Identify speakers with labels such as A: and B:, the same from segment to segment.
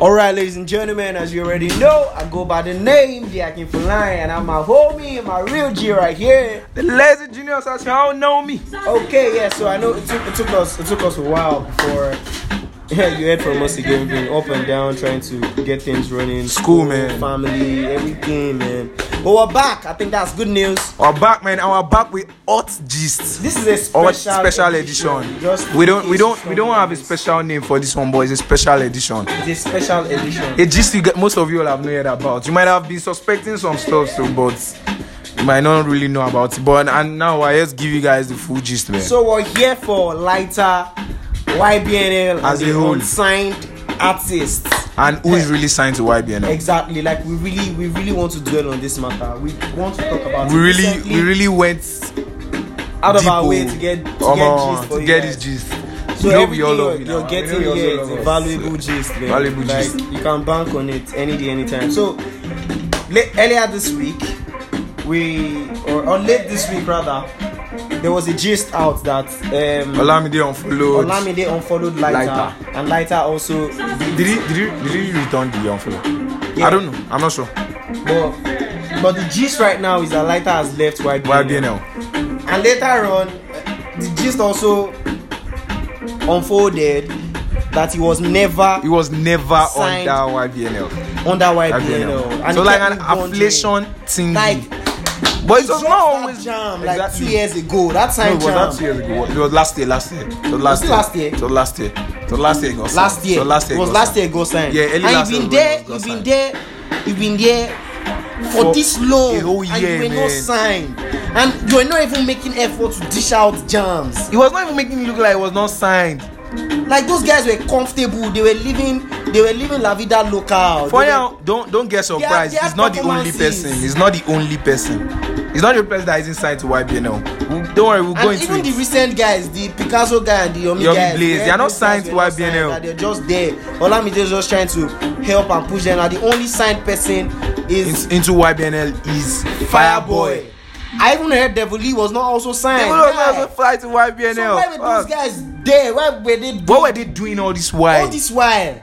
A: Alright, ladies and gentlemen, as you already know, I go by the name The Akin Fulani, and I'm my homie and my real G right here.
B: The legend Junior Sashi, y'all know me.
A: Okay, yeah, so I know it took, it took us it took us a while before yeah, you heard from us again, being up and down, trying to get things running.
B: School, man.
A: Family, everything, man. But we're back. I think that's good news.
B: We're back, man, and we're back with hot gist.
A: This is a
B: Or
A: special,
B: special edition.
A: Just
B: We
A: in
B: don't,
A: case
B: we don't,
A: you
B: we don't have a
A: miss.
B: special name for this one, but it's a special edition.
A: It's a special edition.
B: A gist you get, most of you will have not heard about. You might have been suspecting some stuff, so but you might not really know about it. But and now I just give you guys the full gist, man.
A: So we're here for lighter, YBNL,
B: As
A: and
B: a
A: the
B: whole.
A: unsigned artists.
B: and who is really signed to YBN?
A: Exactly. Like we really, we really want to dwell on this matter. We want to talk about.
B: We
A: it
B: really,
A: recently,
B: we really went
A: out of
B: deep,
A: our way
B: oh.
A: to get to
B: Omo,
A: get gist for
B: to
A: you
B: get
A: guys.
B: this gist.
A: So
B: We know
A: everything
B: we all love
A: you're,
B: you
A: you're
B: now. We know
A: getting
B: we all
A: here
B: love
A: is a
B: us.
A: valuable gist, man.
B: Valuable
A: like,
B: gist.
A: You can bank on it any day, anytime. So le- earlier this week, we or, or late this week rather, there was a gist out that um,
B: Olamide unfollowed.
A: Olamide unfollowed Lighter,
B: Lighter.
A: and Lighter also.
B: Did he, did he, did he return the unfollow?
A: Yeah.
B: I don't know. I'm not sure.
A: But, but the gist right now is that Lighter has left YBNL.
B: YBNL.
A: And later on, uh, the gist also unfolded that he was never
B: It was never
A: Signed.
B: under YBNL.
A: under YBNL.
B: YBNL.
A: And
B: So
A: he
B: like
A: kept
B: an
A: wondering.
B: afflation thing.
A: Like,
B: but it was
A: dropped
B: not
A: that
B: always
A: jam like two years ago. That
B: No,
A: time
B: it was
A: jam.
B: not two years ago. It was last year. Last year. It was last
A: it
B: year.
A: last year?
B: It was last year. It was last year. it got
A: last
B: signed.
A: year.
B: It was last year.
A: It was
B: got
A: last
B: signed.
A: year go sign.
B: Yeah, early
A: and
B: last
A: you've been
B: year
A: there,
B: it
A: you've
B: was
A: been
B: got
A: there, you've been there for,
B: For
A: this long.
B: a whole year,
A: and you were not
B: man.
A: signed. And you were not even making effort to dish out jams.
B: It was not even making it look like it was not signed.
A: Like those guys were comfortable. They were living they were living La Vida local.
B: For
A: They were-
B: now, don't don't get surprised.
A: they are
B: He's not the only
A: performances.
B: person. He's not the only person. He's not the only person that is inside to YBNL. We'll- Don't worry, we'll go
A: and
B: into
A: even
B: it.
A: the recent guys the picasso guy and the yomi,
B: Yomi
A: guys
B: Blaze, they
A: yeah,
B: are not
A: those
B: signed
A: guys
B: to
A: were not
B: YBNL.
A: signed, they're just there olamide is just trying to help and push them na the only signed person is
B: In- into YBNL is
A: fireboy
B: Fireboy.
A: i even heard devil lee was not also signed
B: They will not
A: Why?
B: also fly to YBNL.
A: so why were
B: Uh,
A: those guys there why were they there
B: what were they doing all this while?
A: all this while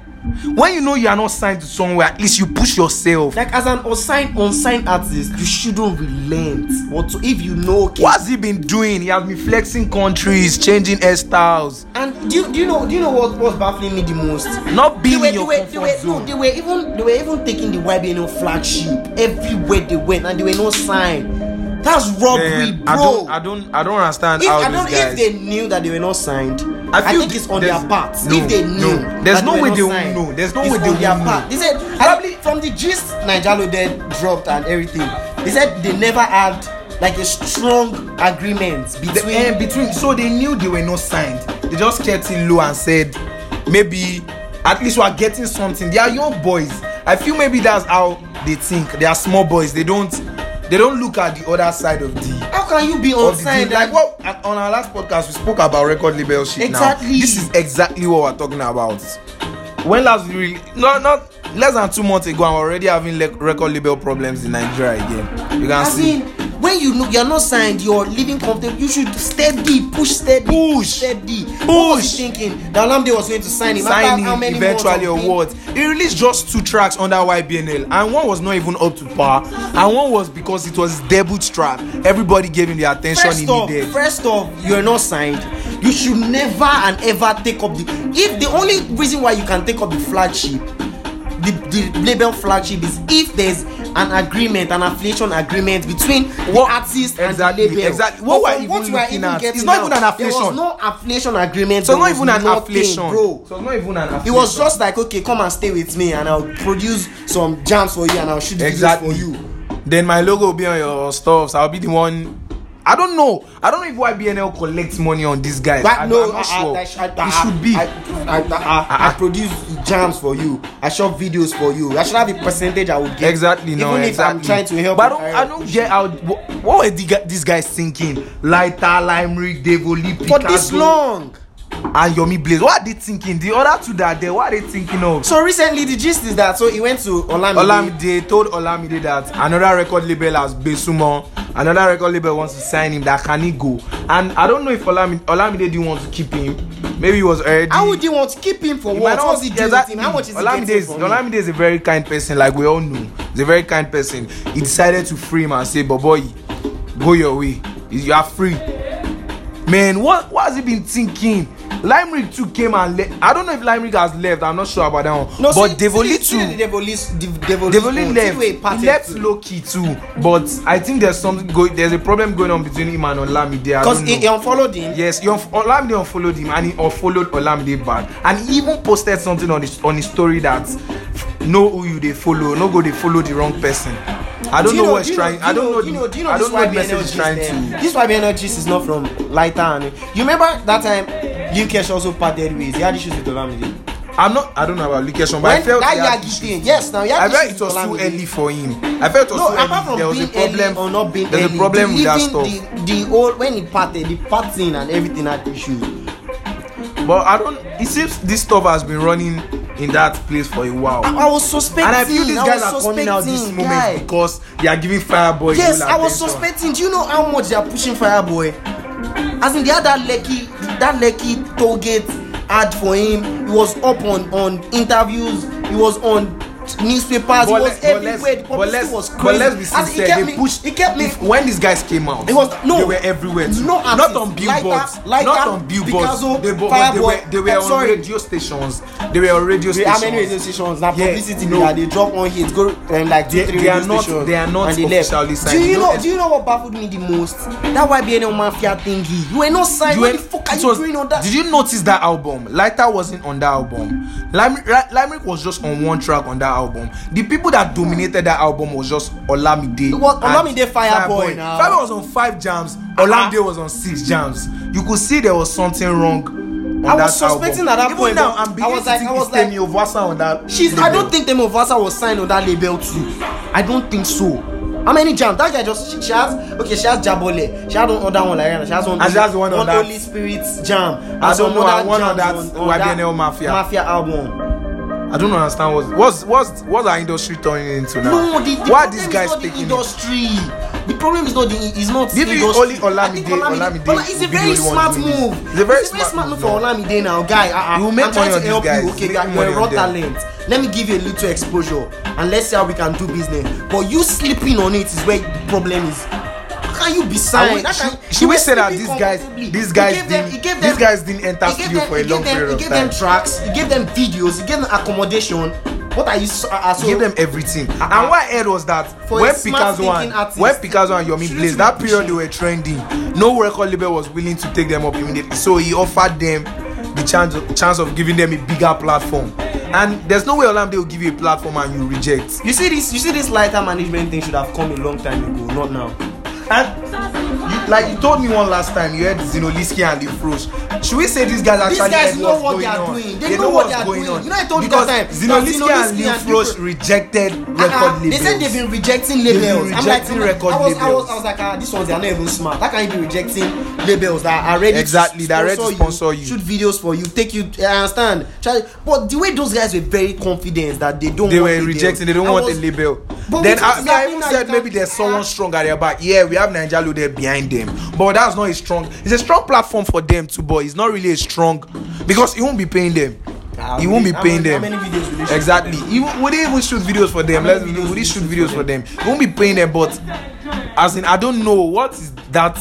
B: When you know you are not signed to somewhere, at least you push yourself.
A: like as an unsigned unsigned artist you shouldn't relent but to, if you know okay
B: What's he been doing? He has been flexing countries, changing hairstyles,
A: and do you, do you know do you know what was baffling me the most
B: not
A: they
B: being
A: were,
B: in
A: they
B: your
A: were,
B: comfort
A: they were, no,
B: zone.
A: they were even they were even taking the YBNO flagship everywhere they went and they were no sign. That's robbery,
B: Man, I
A: bro.
B: don't, I don't, I don't understand
A: if,
B: how
A: I
B: these
A: don't,
B: guys.
A: if they knew that they were not signed, I,
B: I feel
A: think it's on
B: there's-
A: their part.
B: no,
A: if they
B: no.
A: knew,
B: There's
A: that
B: no
A: were
B: way
A: not
B: they will
A: signed,
B: know. There's no
A: it's
B: way they
A: on their
B: will
A: part. They
B: know.
A: said probably from the gist Nigelo then dropped and everything. They said they never had like a strong agreement
B: the,
A: between.
B: eh, between so they knew they were not signed they just kept it low and said maybe at least we are getting something they are young boys i feel maybe that's how they think they are small boys they don't they don't look at the other side of the
A: how can you be
B: of the
A: unsigned?
B: deal. like what at- on our last podcast we spoke about record label shit now
A: Exactly.
B: this is exactly what we're talking about when last we really no not less than two months ago i'm already having le- record label problems in nigeria again you can
A: as
B: see
A: in when you know you're not signed you're living comfortable you should steady push steady
B: Push.
A: steady what was he thinking that olamide was going to sign him after
B: signing
A: how many
B: eventually or
A: months of
B: what he released just two tracks under ybnl and one was not even up to par and one was because it was his debut track everybody gave him the at ten
A: being-
B: tion he
A: first off
B: needed
A: first off you're not signed you should never and ever take up the if the only reason why you can take up the flagship the the label flagship is if there's an agreement an affiliation agreement between
B: What-
A: the artist
B: exactly,
A: and the label
B: exactly.
A: But
B: What we're
A: from
B: even
A: what we are
B: looking
A: even
B: at, it's
A: getting
B: not
A: now,
B: even an
A: there was
B: affiliation.
A: no affiliation agreement
B: so
A: there
B: not
A: was
B: even an
A: nothing,
B: affiliation
A: bro
B: so not even an
A: it
B: affiliation
A: was just like okay come and stay with me and i'll produce some jams for you and i'll shoot videos
B: exactly
A: for you
B: then my logo will be on your stuffs i will be the one i don't know i don't know if ybnl collects money on these guys
A: but
B: I,
A: no
B: i'm
A: I,
B: not sure
A: I, I, I,
B: it should be Ah,
A: I, I, I, I, I produce jams for you i shot videos for you i should have a percentage i would get
B: exactly no
A: even if
B: exactly
A: i'm trying to help
B: but
A: you,
B: i don't i don't get how what, what were the, guy- these guys thinking lighter limerick devoli
A: for this long
B: and yomi blaze what are they thinking the other two that are there what are they thinking of.
A: so recently the gist is that so he went to olamide
B: olamide told olamide that another record label has gbesumo another record label wants to sign him that can he go and i don't know if olamide olamide didn't want to keep him maybe he was already
A: How would you want to keep him for
B: He
A: what?
B: might not-
A: What's he doing with
B: exactly.
A: him? How much is he
B: Olamide
A: getting
B: is,
A: from him?
B: Olamide is a very kind person, like we all know. He's a very kind person. He decided to free him and say, "But boy, go your way. You are free." Man, what what has he been thinking? Limerick too came and le- I don't know if Limerick has left. I'm not sure about that one.
A: No, see-
B: but
A: see-
B: Devoli
A: see
B: too.
A: the Devoli- Dev- Devoli
B: Devoli
A: one,
B: left.
A: see where he parted
B: He left
A: to.
B: low key too. But I think there's something going. There's a problem going on between him and Olamide. I
A: Because
B: don't
A: he,
B: know.
A: he unfollowed him.
B: Yes, he unf- Olamide unfollowed him and he unfollowed Olamide back. And he even posted something on his on his story that know who you they follow, no go they follow the wrong person. I don't
A: Do
B: know,
A: you
B: what's
A: do you
B: trying.
A: do
B: I don't
A: do
B: know. the-
A: You know, do you know
B: I
A: this
B: don't know what
A: YBN
B: message is trying
A: Energies there?
B: to.
A: This YBN Energies is not from Lighter and you remember that time UKsh also parted ways. He had issues with Olamide.
B: I'm not. I don't know about Lucas, but I
A: When
B: felt he
A: that
B: had
A: Yagi
B: issues.
A: thing, yes, now Yagi
B: I felt
A: is
B: it was too
A: Olamide.
B: early for him. I felt it was
A: No,
B: too
A: apart
B: early.
A: from
B: There was a
A: being early
B: problem.
A: or not being
B: There's
A: early,
B: a problem with that
A: even
B: stuff.
A: The, the old when he parted, the parting and everything had issues.
B: But I don't. It seems this stuff has been running in that place for a while.
A: I, I was suspecting.
B: and I feel these
A: I
B: guys are
A: was
B: coming out this
A: suspecting,
B: moment
A: guy.
B: because they are giving Fireboy.
A: Yes,
B: real
A: I was
B: attention.
A: suspecting. Do you know how much they are pushing Fireboy? As in, they had that lucky, that lucky toll gate ad for him. He was up on on interviews. He was on newspapers. he
B: But
A: was
B: let- but let's-
A: everywhere. The
B: but let's-
A: publicity was crazy.
B: But let's be
A: As in,
B: sincere.
A: He kept
B: they
A: me.
B: pushed.
A: He kept me.
B: if- when these guys came out,
A: It was no.
B: they were everywhere. Too.
A: No,
B: not
A: artist, Lighter,
B: on billboards.
A: Lighter,
B: not on billboards.
A: Picasso,
B: they, were-
A: Fireboy.
B: they were, they were
A: I'm
B: on
A: sorry.
B: radio stations. They were on radio
A: Wait,
B: stations.
A: how many radio stations na
B: Yeah,
A: publicity
B: no.
A: no. they drop one hit go um, like two
B: They-
A: three
B: they
A: radio
B: are not-
A: stations
B: they are not
A: and they left
B: officially
A: do
B: signed.
A: you
B: No
A: know
B: ex-
A: do you know what baffled me the most that ybnl mafia thingy you were not signed
B: You
A: what
B: were-
A: the fuck are
B: it
A: you
B: was-
A: doing on that
B: Did you notice that album? Lighter wasn't on that album. Lim- Ra- Limerick was just on one track on that album. The people that dominated that album was just Olamide.
A: It was
B: and
A: Olamide Fireboy now. Ah,
B: Fireboy was on five jams. Olamide was on six jams. You could see there was something wrong. On
A: I
B: that
A: was suspecting
B: album.
A: at that
B: Even
A: point,
B: Now,
A: but
B: I'm
A: I
B: beginning
A: was
B: to
A: like-
B: think
A: I was
B: it's
A: like-
B: Temi Ovasa on that.
A: she's i
B: label.
A: don't think temi ovasa was signed on that label too i don't think so how many jams that guy just she, she has okay she has jabole she had one other one like that she has one
B: And she has one on
A: one
B: that-
A: holy spirit jam and
B: don't
A: some
B: know,
A: other
B: and one on
A: jams
B: that YBNL Mafia.
A: mafia album
B: I don't understand what's what's what's what's our industry turning into now.
A: No, the, the
B: Why are
A: problem is
B: these guys
A: not the
B: taking it?
A: industry. The problem is not the is not
B: Maybe
A: industry.
B: only Olamide-
A: I think
B: Olamide
A: Ola- it's a
B: will be the
A: very
B: only one
A: smart
B: doing
A: move.
B: this. It's a very smart
A: smart move
B: move,
A: for Olamide now, guy. Uh,
B: You will make
A: I'm trying
B: money
A: to
B: on
A: help
B: these guys.
A: you, okay,
B: Make
A: guy. You're
B: money
A: a
B: on
A: raw
B: them.
A: talent. Let me give you a little exposure and let's see how we can do business. But you sleeping on it is where the problem is. How can you be
B: I
A: signed?
B: would-
A: That
B: should-
A: can-
B: should
A: you
B: we
A: were
B: say that
A: sleeping
B: these guys-
A: comfortably.
B: these
A: He
B: guys
A: gave them-
B: didn't-
A: he gave
B: these
A: them-
B: guys didn't enter
A: he gave
B: studio
A: them-
B: for a
A: he gave
B: long
A: them-
B: period
A: He
B: of
A: gave them
B: time.
A: tracks. He gave them videos. He gave them accommodation. What are you? so- uh, so-
B: give them everything uh-huh. and what i heard was that
A: ah. For
B: when
A: a smart
B: picasso and
A: thinking artist,
B: when picasso and yomi
A: shouldn't
B: blaze
A: you
B: that
A: be
B: period they
A: pushing?
B: were trending no record label was willing to take them up immediately so he offered them the chance of, chance of giving them a bigger platform and there's no way olamide will give you a platform and you reject
A: You see this you see this lighter management thing should have come a long time ago, not now.
B: and you, like you told me one last time you heard zinoliski and lefrosh should we say these guys
A: These
B: actually
A: guys
B: heard
A: know
B: what's
A: what
B: going
A: they are
B: on?
A: doing. They know what they
B: what's
A: are
B: going
A: doing.
B: on
A: You know, I told you
B: because
A: that time, that
B: zinoliski and
A: Zinoliski and
B: lefrosh
A: Lefrosh-
B: rejected record
A: Uh-uh,
B: labels
A: they said they've been rejecting labels.
B: been
A: I'm
B: rejecting
A: like,
B: record
A: I was, I
B: labels.
A: was, I was like, ah, these ones they are not even smart. How can you be rejecting labels that are ready
B: Exactly,
A: to
B: that are ready to sponsor you.
A: shoot videos for you, take you? I understand. Try, but the way those guys were very confident that they don't.
B: they
A: want
B: were
A: labels,
B: rejecting they don't
A: I
B: want
A: was-
B: a label
A: But
B: then
A: we-
B: I,
A: we
B: I
A: are
B: even
A: now, you
B: said
A: can-
B: maybe there's someone strong at their back yeah we have Nigeria loaded behind them but that's not a strong it's a strong platform for them too but it's not really a strong because he won't be paying them
A: How
B: he won't be
A: many- how
B: paying
A: many-
B: them
A: how many videos will they shoot?
B: exactly he won't- would he even shoot videos for them
A: How
B: let's
A: many
B: videos
A: videos
B: would he
A: will
B: shoot
A: he
B: videos
A: shoot
B: for them he won't be paying them but as in I don't know what is that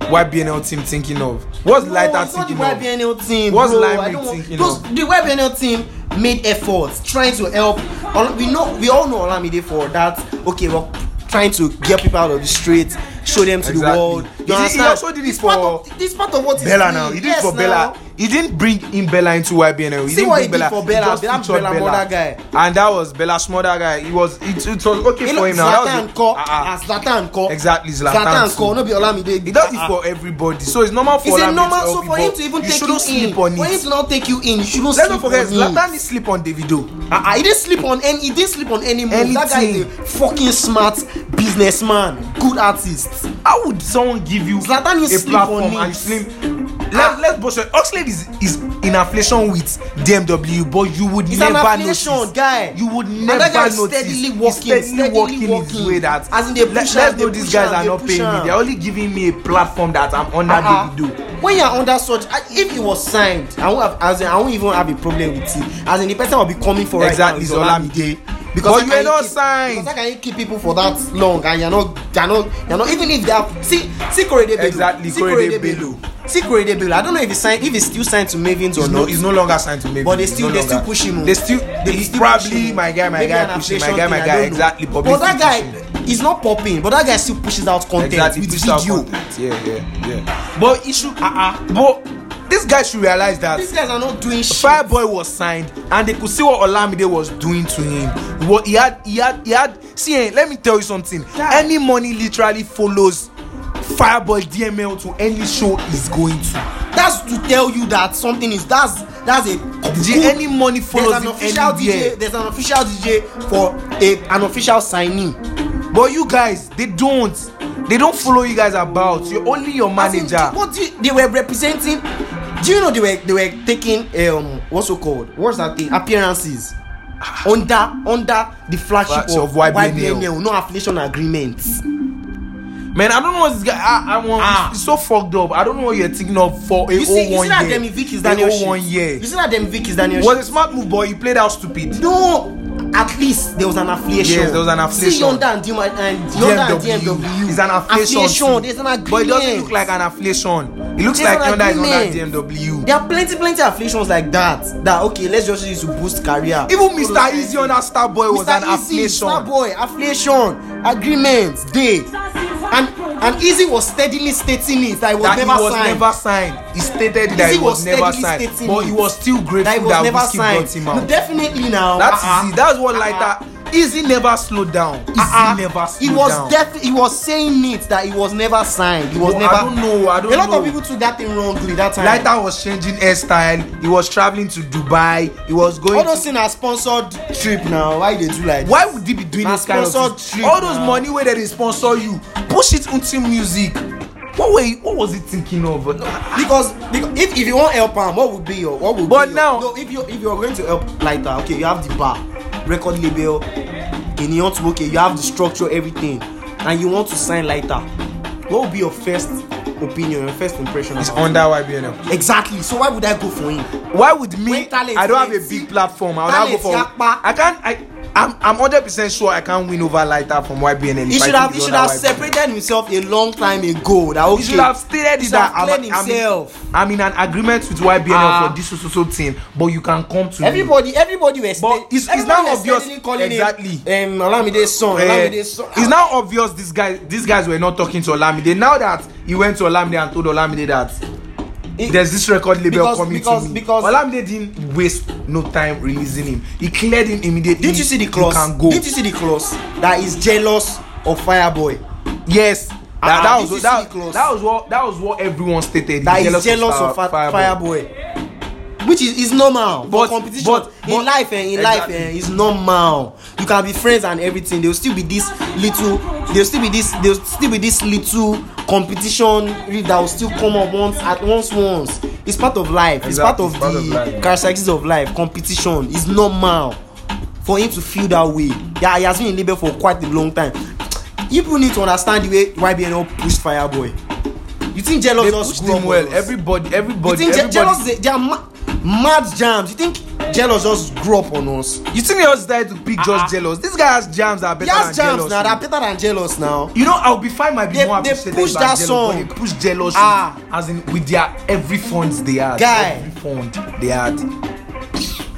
B: YBNL team thinking of what's
A: No,
B: lighter
A: it's not the
B: thinking of
A: YBNL team.
B: What's
A: bro.
B: Limerick
A: I don't want-
B: thinking
A: those-
B: of?
A: The YBNL team made efforts trying to help. Ola- We know we all know Olamide for that. Okay, well, trying to get people out of the streets, show them to
B: Exactly.
A: the world.
B: He did- he
A: understand?
B: also did it
A: This part
B: for
A: of- this part of what he's
B: Bella
A: doing.
B: now. He did
A: Yes,
B: it for
A: now.
B: Bella. He didn't bring in Bella into YBNL. He
A: See
B: didn't
A: what
B: bring
A: he did for Bella. That
B: featured
A: Bella Mother guy.
B: And that was Bella Smother guy. He was it, it was okay
A: He
B: for
A: look
B: him now. That
A: Zlatan
B: was
A: call.
B: Ah,
A: Ah, Zlatan call.
B: Exactly, Zlatan too.
A: call. No be Olamide.
B: He does
A: Ah,
B: it for everybody. So it's normal for
A: It's a
B: Olamide
A: normal.
B: to
A: So
B: help
A: for him to even
B: you
A: take
B: shouldn't
A: you in,
B: sleep on
A: for him
B: it.
A: to not take you in, you shouldn't
B: Let's
A: sleep
B: not forget,
A: on it.
B: Zlatan didn't sleep on Davido.
A: Uh, he didn't sleep on any. He didn't sleep on any move. That guy is a
B: Anything.
A: fucking smart businessman, good artist.
B: How would someone give you
A: Zlatan didn't
B: a
A: sleep on
B: platform
A: it. Ah.
B: and you sleep? Let, let's bullshit. Oxlade is, is in affiliation with DMW, but you would
A: It's an
B: never
A: affiliation,
B: notice.
A: guy.
B: You would
A: And that guy
B: never
A: is
B: notice.
A: steadily
B: He's
A: working, steadily
B: working
A: working.
B: his way that.
A: As in they
B: let,
A: push
B: let's
A: am,
B: know
A: they
B: these
A: push
B: guys
A: am,
B: are
A: they
B: not
A: push
B: paying
A: am.
B: me. They're only giving me a platform that I'm under
A: Uh-uh.
B: Davido.
A: When you're under such, I- if it was signed, I won't have, as in, I won't even have a problem with it. As in, the person will be coming for right
B: Exactly, it's
A: now
B: Olamide.
A: Because
B: But
A: how
B: you
A: can
B: are not
A: keep,
B: signed.
A: Because how can you keep people for that long and you're not, you're not, you're not even if they have see see Korede Bello.
B: Exactly,
A: see
B: Korede Bello.
A: See Korede Bello. I don't know if he's signed, if he's still signed to Mavins or
B: He's
A: not.
B: no, he's no longer signed to Mavin.
A: But they
B: He's
A: still-
B: no
A: they still
B: longer-
A: push him. oh.
B: They still,
A: They
B: they he's
A: still
B: probably
A: pushing.
B: my guy, my
A: Maybe
B: guy,
A: an
B: pushing my
A: affiliation
B: guy,
A: thing,
B: my
A: I
B: guy.
A: don't know.
B: Exactly.
A: But that
B: publicity pushing.
A: guy is not popping. But that guy still pushes out content
B: exactly
A: with
B: push out
A: video.
B: content. Yeah, yeah, yeah. But it should, uh, uh, but this guy should realize that
A: These guys are not doing shit.
B: Fireboy was signed, and they could see what Olamide was doing to him. What he had, he had, he had. See, eh, let me tell you something.
A: Yeah.
B: Any money literally follows Fireboy DML to any show he's going to.
A: That's to tell you that something is that's that's a
B: DJ, any money
A: there's
B: follows
A: an
B: him
A: official
B: anywhere.
A: DJ. There's an official DJ for a an official signee.
B: But you guys, they don't. They don't follow you guys about. You're only your
A: As in,
B: manager.
A: What do you, they were representing? Do you know they were they were taking um what's so called what's that thing appearances under under the flagship
B: Ah. Flagship
A: of,
B: of YBNL.
A: YBNL, no affiliation agreement.
B: Man, I don't know what this guy. I, I want.
A: Ah.
B: It's so fucked up. I don't know what you're thinking of for a
A: You see, you
B: 01
A: see that
B: year.
A: Demi Vick is
B: A
A: Daniel. shit.
B: 01 year.
A: You see that Demi Vick is Daniel.
B: Was
A: shit.
B: a smart move, but he played out stupid.
A: No, at least there was an affiliation.
B: Yes, there was an
A: See
B: affiliation.
A: Yonda and Dima and Yonda and DMW.
B: It's an affiliation.
A: affiliation.
B: too.
A: There's an agreement.
B: But it doesn't look like an affiliation. It looks
A: There's
B: like
A: an
B: Yonda is
A: agreement.
B: under DMW.
A: There are plenty, plenty affiliations like that. That okay, let's just use it to boost career.
B: Even Mr. Easy under Starboy was an
A: Mr. Easy,
B: affiliation.
A: Starboy, affiliation, agreement, day, and and Easy was steadily stating it that it was
B: That
A: never
B: he was
A: signed.
B: never signed. He stated that
A: Izzy
B: he was,
A: was
B: never
A: steadily
B: signed.
A: stating
B: But
A: it.
B: he was still
A: that
B: grateful that,
A: it was never
B: Whiskey
A: signed.
B: brought him out.
A: No, definitely now.
B: That's
A: uh-uh.
B: easy. That's what like
A: Uh-uh.
B: that. Easy never slowed down. Easy
A: Uh-uh.
B: never slowed
A: He was
B: down.
A: def- he was saying it that he was never signed. He was
B: No, I
A: never.
B: don't know, I don't
A: A lot
B: know.
A: of people took that thing wrongly that time.
B: Lighter was changing hairstyle. He was traveling to Dubai. He was going.
A: all
B: to
A: those things are sponsored trip now. Why they do like?
B: why would they be doing
A: Na
B: this kind of
A: sponsored
B: thing?
A: trip
B: all those
A: na.
B: money wey dey dey sponsor you push it into music what were you what was he thinking of
A: this? Because, because if, if you want help am, what would be your what would?
B: But
A: be
B: now-
A: your, no. If you if you are going to help lighter, okay, you have the bar, record label, Kenyan to okay, you have the structure, everything, and you want to sign lighter. What would be your first opinion, your first impression? About
B: under ybnl
A: it? exactly. So why would I go for him?
B: why would me
A: When talent
B: i don't have a
A: plenty,
B: big platform i would
A: talent
B: not go for
A: yakpa.
B: i can't i i'm i'm hundred percent sure i can't win over lighter from ybnl
A: He
B: if I
A: should
B: do
A: have
B: the
A: he should
B: other
A: have
B: YBNL.
A: separated himself a long time ago. That okay.
B: he should have stated
A: He
B: it
A: should have
B: that i'm
A: cleared
B: I'm, in,
A: himself.
B: I'm in an agreement with ybnl
A: Ah.
B: for this so so so thing but you can come to me
A: everybody everybody were sta-
B: But it's- it's
A: everybody
B: now
A: were
B: obvious-
A: steadily calling
B: exactly.
A: him um, Olamide's son
B: Eh,
A: Olamide's son
B: it's now obvious this guy these guys were not talking to olamide now that he went to olamide and told olamide that
A: It-
B: there's this record label
A: Because-
B: coming
A: because-
B: to me
A: because-
B: olamide didn't waste no time releasing him he cleared him immediately
A: didn't you see the clause
B: you can go
A: didn't you see the clause that is jealous of fireboy
B: yes that,
A: Ah,
B: that
A: did you
B: was
A: see the
B: that,
A: clause?
B: that was what that was what everyone stated
A: that
B: He's
A: is jealous of
B: Fire-
A: Fi-
B: Fireboy.
A: fireboy which is is normal
B: But-
A: for competition
B: but-
A: in
B: but-
A: life eh, in
B: Exactly.
A: life eh, is normal you can be friends and everything there will still be this little there will still be this there will still be this little competition rift that will still come up once at once once it's part of life it's part
B: Exactly,
A: of
B: it's part
A: the
B: of life.
A: characteristics of life competition is normal for him to feel that way yeah he has been in labour for quite a long time you people need to understand the way ybnl pushed fireboy you think jealous
B: they
A: just
B: pushed
A: grow up
B: him
A: on
B: well
A: us?
B: everybody
A: you
B: everybody
A: think Je-
B: everybody
A: jealous they, they are ma- mad jams you think jealous just grew up on us
B: you think they just started to pick
A: Ah, ah.
B: just jealous this guy has jams that are better
A: just
B: than
A: jams
B: jealous
A: now they are better than jealous now
B: you know i'll be fine my be
A: They-
B: more
A: they
B: appreciated
A: pushed
B: if I'm
A: that
B: jealous,
A: song.
B: but they pushed jealous
A: Ah.
B: as in with their every fund they had
A: Guy.
B: every fund they had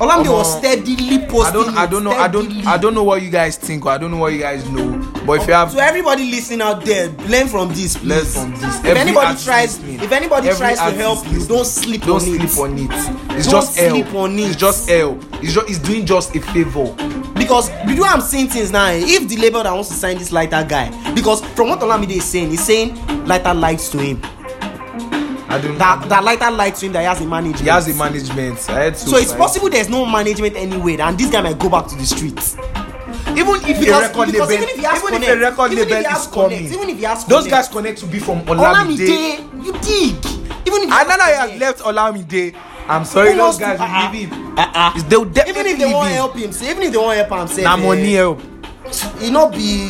A: olamide
B: Omo,
A: was steadily
B: I
A: posting
B: don't, I don't know, I don't, I don't know what you guys think or I don't know what you guys know. But if you have,
A: so everybody lis ten out there learn from this please
B: Learn from this.
A: if
B: Every
A: anybody
B: artist
A: tries
B: listening,
A: if anybody
B: every
A: tries to
B: artist
A: help you
B: listening,
A: don't sleep
B: don't
A: on
B: sleep
A: it
B: on it. It's
A: Don't
B: just
A: sleep
B: help.
A: on it.
B: It's just help. It's just, it's doing just a favor.
A: because you know i'm seeing things now eh, if the label that wants to sign this lighter guy because from what olamide is saying he's saying lighter lies to him
B: I don't.
A: that that lighter lies to him that he has a manager
B: he has a management. I had to,
A: so it's
B: I-
A: possible there's no management anywhere and this guy might go back to the streets
B: Even if
A: Because-
B: a record
A: because
B: label,
A: even if he has
B: even if a
A: connect,
B: record
A: even if he
B: label
A: has
B: is coming,
A: connect, even if he has
B: those
A: connect.
B: guys connect to be from Olamide.
A: olamide you dig even if
B: Ah, And now that he has left Olamide, i'm sorry
A: Who
B: those
A: wants to-
B: guys
A: uh-uh.
B: will leave him they'll
A: even
B: definitely
A: if they
B: leave
A: wan
B: him
A: help him say even if they wan help am sef
B: na money help
A: e no be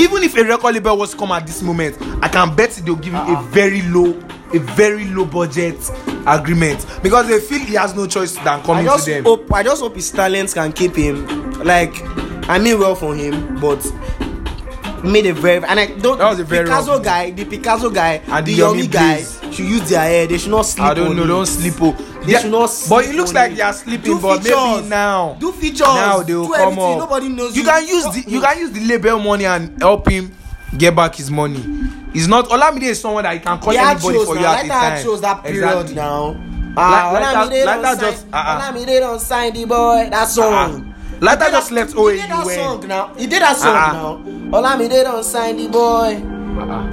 B: even if a record label was to come at this moment i can bet they'll give him
A: Ah,
B: a very low a very low budget agreement because they feel he has no choice than
A: i
B: coming to
A: just
B: them
A: hope i just hope his talent can keep him like i mean well for him but made a very and i don't
B: That was a very
A: picasso
B: rough move.
A: guy the picasso guy
B: And
A: the
B: the Yomi
A: yomi guy
B: Blaze.
A: should use their head they should not sleep
B: i don't
A: on
B: know
A: him.
B: don't sleep oh
A: they
B: Yeah,
A: should not
B: but
A: sleep
B: it looks
A: on
B: like
A: him.
B: they are sleeping
A: Do
B: but maybe
A: features.
B: now
A: do features
B: now they will
A: do
B: come
A: everything.
B: up
A: nobody knows
B: you, can use the you can use the label money and help him get back his money he's not olamide is someone that he can call
A: they had
B: anybody
A: shows
B: for
A: now
B: you at
A: like
B: a
A: that
B: time
A: had shows that period
B: Exactly.
A: now
B: Like-
A: ah
B: like that-
A: olamide
B: like that
A: don
B: just-
A: sign
B: uh-uh.
A: olamide don sign the boy that song.
B: Uh-uh. Like that just left
A: he
B: OAU
A: did that
B: when-
A: song now he did that song
B: Uh-uh.
A: now olamide don sign the boy.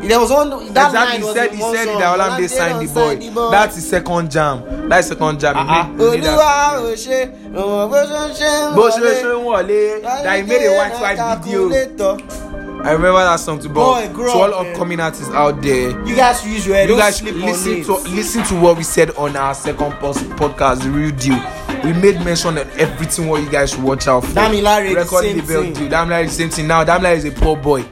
A: There was one that
B: exactly
A: line
B: he
A: was
B: said
A: in
B: he
A: one
B: said
A: song.
B: that olamide
A: Olamide
B: signed the
A: don sign
B: boy that's his second jam that's his second jam he made, he made that.
A: Olúwa ò ṣe òun bó ṣe ń ṣe ń
B: bó ṣe ṣe ń wọlé that he made a white white video i remember that song too
A: Boy,
B: but to
A: grow
B: all
A: up, man.
B: upcoming artists out there
A: You guys should use your head.
B: you
A: don't
B: guys
A: sleep
B: listen to
A: on it.
B: listen to what we said on our second pos- podcast the real deal we made mention of everything what you guys should watch out for
A: Damilare, the same
B: label
A: thing.
B: deal damilare the same thing now damilare is a poor boy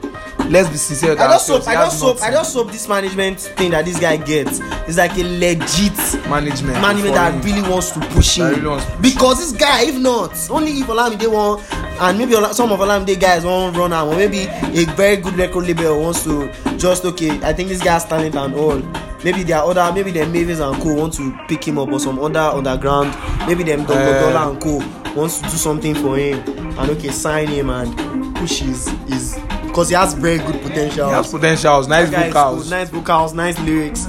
B: let's be sincere with
A: I just hope,
B: ourselves
A: I
B: he has
A: just hope, I
B: nothing.
A: just hope this management thing that this guy gets is like a legit
B: management
A: management
B: for
A: that
B: him.
A: really wants to push
B: That
A: him
B: really wants to push
A: because this guy if not only if olamide wan and maybe Ola, some of olamide guys wan run am or maybe a very good record label wants to just okay i think this guy has talent and all maybe their other maybe them mavens and co want to pick him up or some other underground maybe them
B: Eh.
A: dogodola and co wants to do something for him and okay sign him and push his his because he has very good potential
B: he has potentials nice
A: That guy is
B: vocals
A: good, nice vocals nice lyrics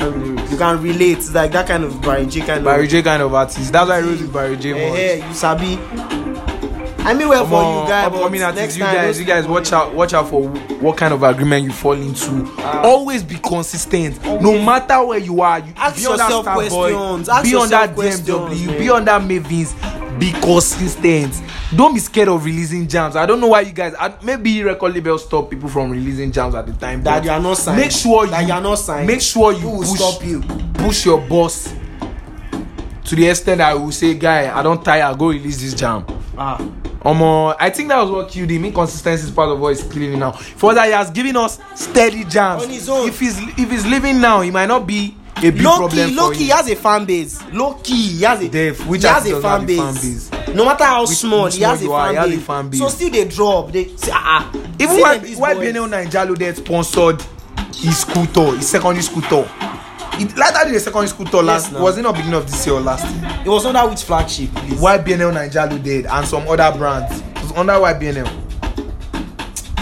A: you can relate it's like that kind of Barry J kind
B: Barry
A: of
B: J kind of artist. That's why I wrote with Barry J more.
A: Eh, eh, you sabi i mean well for you guys but
B: upcoming
A: next
B: artists, you
A: time
B: guys, you guys watch out, watch out for what kind of agreement you fall into.
A: Ah.
B: Always be consistent, no matter where you are. You,
A: Ask
B: be on that
A: yourself
B: Starboy,
A: questions, ask
B: be on
A: yourself
B: that
A: questions,
B: DMW,
A: man.
B: be on that Mavins. Be consistent. Don't be scared of releasing jams. I don't know why you guys. I, maybe record labels stop people from releasing jams at the time.
A: That
B: but
A: you are not signed.
B: Make sure
A: That
B: you,
A: you are not signed.
B: Make sure you
A: Who will
B: push,
A: stop you?
B: push your boss to the extent that I will say, guy, I don't tire. Go release this jam.
A: ah
B: Omo, I think that was what killed him. Inconsistency is part of what is killing him now. For that, he has given us steady jams.
A: On his own.
B: If he's if he's leaving now, he might not be a big
A: low
B: problem
A: key low
B: for
A: key he
B: him.
A: has a fan base low key he has a
B: Dave, which
A: he has
B: artist
A: a
B: does not
A: fan
B: have a
A: base.
B: fan
A: no matter how
B: Which-
A: small,
B: which
A: he, has a,
B: small you are,
A: fan
B: he has a
A: base.
B: fan
A: so
B: base.
A: still they drop they say ah ah
B: Even
A: see
B: why
A: them, these
B: why
A: boys.
B: Benel Nigerian they sponsored his school tour, his secondary school tour. It, like that did a secondary school tour
A: Yes,
B: last
A: now.
B: was it not beginning of this year or last year?
A: it was under which flagship please
B: Why BNL Ninjalu did and some other brands. It was under why BNL.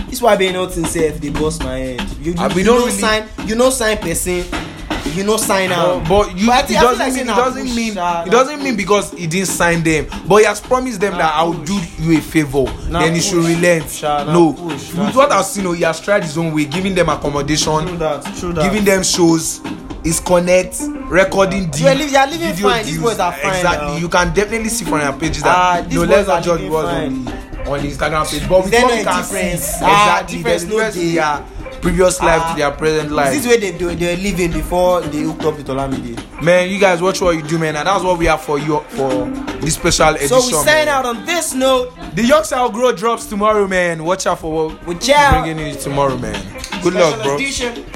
A: this why BNL thing sef dey burst my head you
B: Ah,
A: you,
B: we
A: you
B: don't
A: no really...
B: really-
A: sign you no sign person you no sign am
B: But, but you,
A: Um, I
B: but
A: think-
B: it
A: I feel like
B: doesn't
A: say
B: mean it
A: na
B: doesn't
A: push,
B: mean
A: ah,
B: it
A: na
B: doesn't mean because he didn't sign them, but he has promised them that I will do you a favor.
A: Na
B: then he should
A: push.
B: relent.
A: Sha, na
B: no,
A: push, na
B: with what I've seen, oh, he has tried his own way, giving them
A: true
B: accommodation,
A: that true that
B: giving them shows, his connect, recording deal.
A: You are li- you are living
B: video
A: fine. These
B: deals.
A: boys are fine
B: Exactly,
A: now.
B: you can definitely see from their pages that
A: Ah, these
B: no,
A: boys
B: let's
A: are
B: not judge
A: living
B: what's on the on the Instagram page, but with
A: There
B: what
A: no
B: we can
A: difference.
B: see,
A: Ah,
B: exactly,
A: difference
B: there's
A: no
B: difference in
A: dey.
B: their previous life
A: Ah.
B: to their present life.
A: Is this where they do they were living before they hooked up with Olamide?
B: Man, you guys watch what you do, man, and that's what we have for you for this special edition.
A: So we
B: man.
A: sign out on this note.
B: The Young Shall Grow drops tomorrow, man. Watch out for what
A: Watch out.
B: bringing you tomorrow, man. Good luck,
A: Special
B: bro.
A: edition.